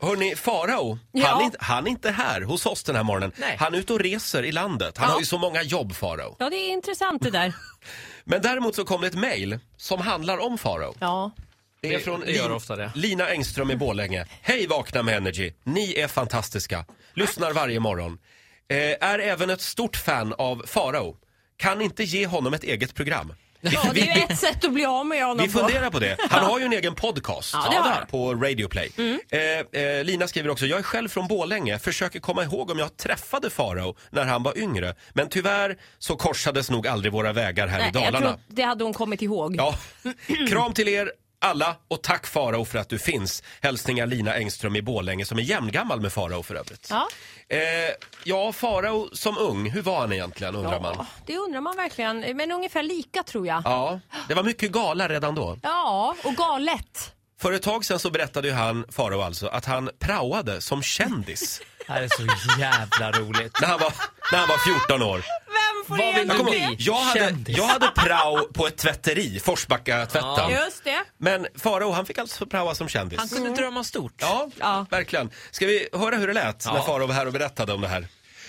Hörni, Farao, han, är, inte- han är inte här hos oss den här morgonen. Han är ute och reser i landet. Han har ju så många jobb, Farao. Ja, det är intressant det där. Men däremot så kom det ett mejl som handlar om Farao. Ja. Det är från Lin- Lina Engström i Borlänge. Hej Vakna med Energy! Ni är fantastiska. Lyssnar varje morgon. Eh, är även ett stort fan av Farao. Kan inte ge honom ett eget program. Vi, ja, det är ju ett sätt att bli av med honom vi funderar på det. Han har ju en egen podcast Ja, det har han. Mm. på Radio Play. Eh, eh, Lina skriver också, jag är själv från Borlänge, försöker komma ihåg om jag träffade Farao när han var yngre. Men tyvärr så korsades nog aldrig våra vägar här Nej, i jag Dalarna. tror det hade hon kommit ihåg. Ja. Kram till er alla och tack Farao för att du finns. Hälsningar Lina Engström i Borlänge som är jämngammal med Farao för övrigt. Ja. Eh, ja, Farao som ung, hur var han egentligen undrar man? Ja, det undrar man verkligen. Men ungefär lika tror jag. Ja, det var mycket gala redan då. Ja, och galet. För ett tag sedan så berättade ju han, Farao alltså, att han praoade som kändis Det här är så jävla roligt. när han var, när han var 14 år. Vem får Vad Jag, vill igenom kommer bli? ihåg, jag, hade, Kändis. jag hade prao på ett tvätteri, Forsbacka-tvätten. det? Just det. Men Farao, han fick alltså praoa som kändis. Han kunde drömma stort. Ja, Ja. verkligen. Ska vi höra hur det lät när Farao var här och berättade om det här?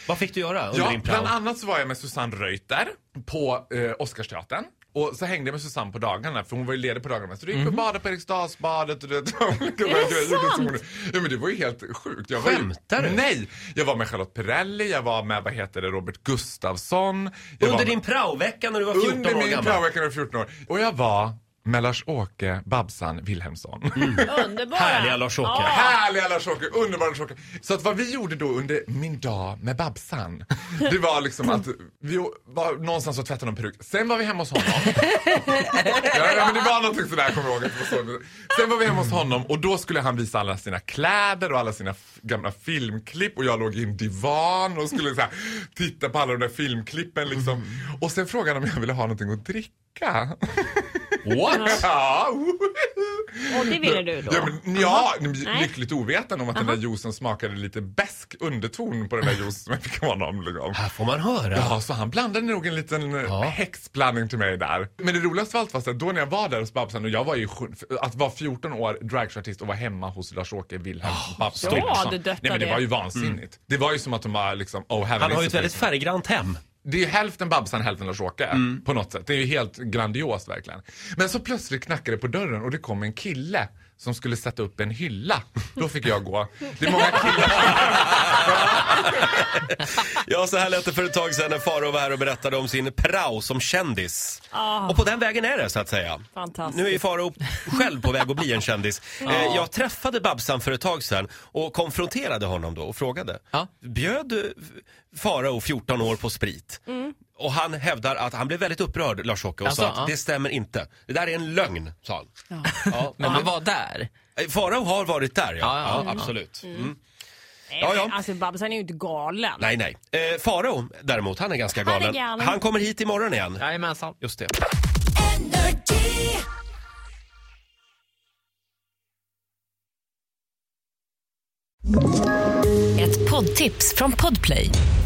Vad fick du göra under Ja, din prao? bland annat så var jag med Susanne Reuter på eh, Oscarsteatern. Och så hängde jag med Susanne på dagarna, för hon var ju ledig på dagarna. Så du gick och badade på Eriksdalsbadet och det, det, var, det, sant? ja, men det var ju helt sjukt. Jag var ju- Skämtar du? Nej! Jag var med Charlotte Perrelli, jag var med, vad heter det, Robert Gustafsson. Jag var Under med, din praovecka när du var 14 Under år min gammal? praovecka när jag var 14 år. Och jag var med Lars-Åke Babsan Wilhelmsson. Underbara. Härliga Lars-Åke. Ja. Härliga Lars-Åke, underbara Lars-Åke. Så att vad vi gjorde då under min dag med Babsan, det var liksom att vi var någonstans och tvättade någon peruk. Sen var vi hemma hos honom. ja, ja, men det var någonting sådär, kommer jag ihåg. att det var så. Sen var vi hemma hos honom och då skulle han visa alla sina kläder och alla sina f- gamla filmklipp och jag låg i en divan och skulle så här, titta på alla de där filmklippen liksom. Och sen frågade han om jag ville ha någonting att dricka. What? ja, Och det ville du då? Ja, men, ja ni- Nej. lyckligt ovetande om att den där juicen smakade lite bäsk underton på den där juicen som jag fick av honom. Liksom. Här får man höra. Ja, så han blandade nog en liten Ja. ja. häxblandning till mig där. Men det roligaste av allt var så att då när jag var där hos Babsan och jag var ju sju- att vara 14 år dragshowartist och vara hemma hos Lars-Åke Wilhelm Babsan. stort. Liksom. Ja, det döttar Nej men det det. var ju vansinnigt. Det var ju som att de var liksom, oh, heaven Mm. Han is har ju a ett väldigt place. färggrant hem. Det är ju hälften Babsan, hälften Lars-Åke. På något sätt. Det är ju helt grandiost verkligen. Men så plötsligt knackade det på dörren och det kom en kille som skulle sätta upp en hylla. Då fick jag gå. Det är många killar. Ja, så här lät det för ett tag sedan när Farao var här och berättade om sin prao som kändis. Och på den vägen är det så att säga. Ah. Fantastiskt. Nu är ju Farao själv på väg att bli en kändis. Eh, Jag träffade Babsan för ett tag sedan och konfronterade honom då och frågade. Ja. Bjöd eh, Farao 14 år på sprit? Mm. Och han hävdar att han blev väldigt upprörd, Lars-Åke, och sa Alltså, att ja. det stämmer inte. Det där är en lögn, sa han. Ja. Men han var där. Eh, Farao har varit där, ja. Ja, ja, ja, ja. absolut. Mm. Nej, Ja, ja. Alltså Babsan är ju inte galen. Nej, nej. Eh, Farao däremot, han är ganska Han är galen. Han, galen. kommer hit imorgon igen. Jajamensan. Just det. Ett poddtips från Podplay.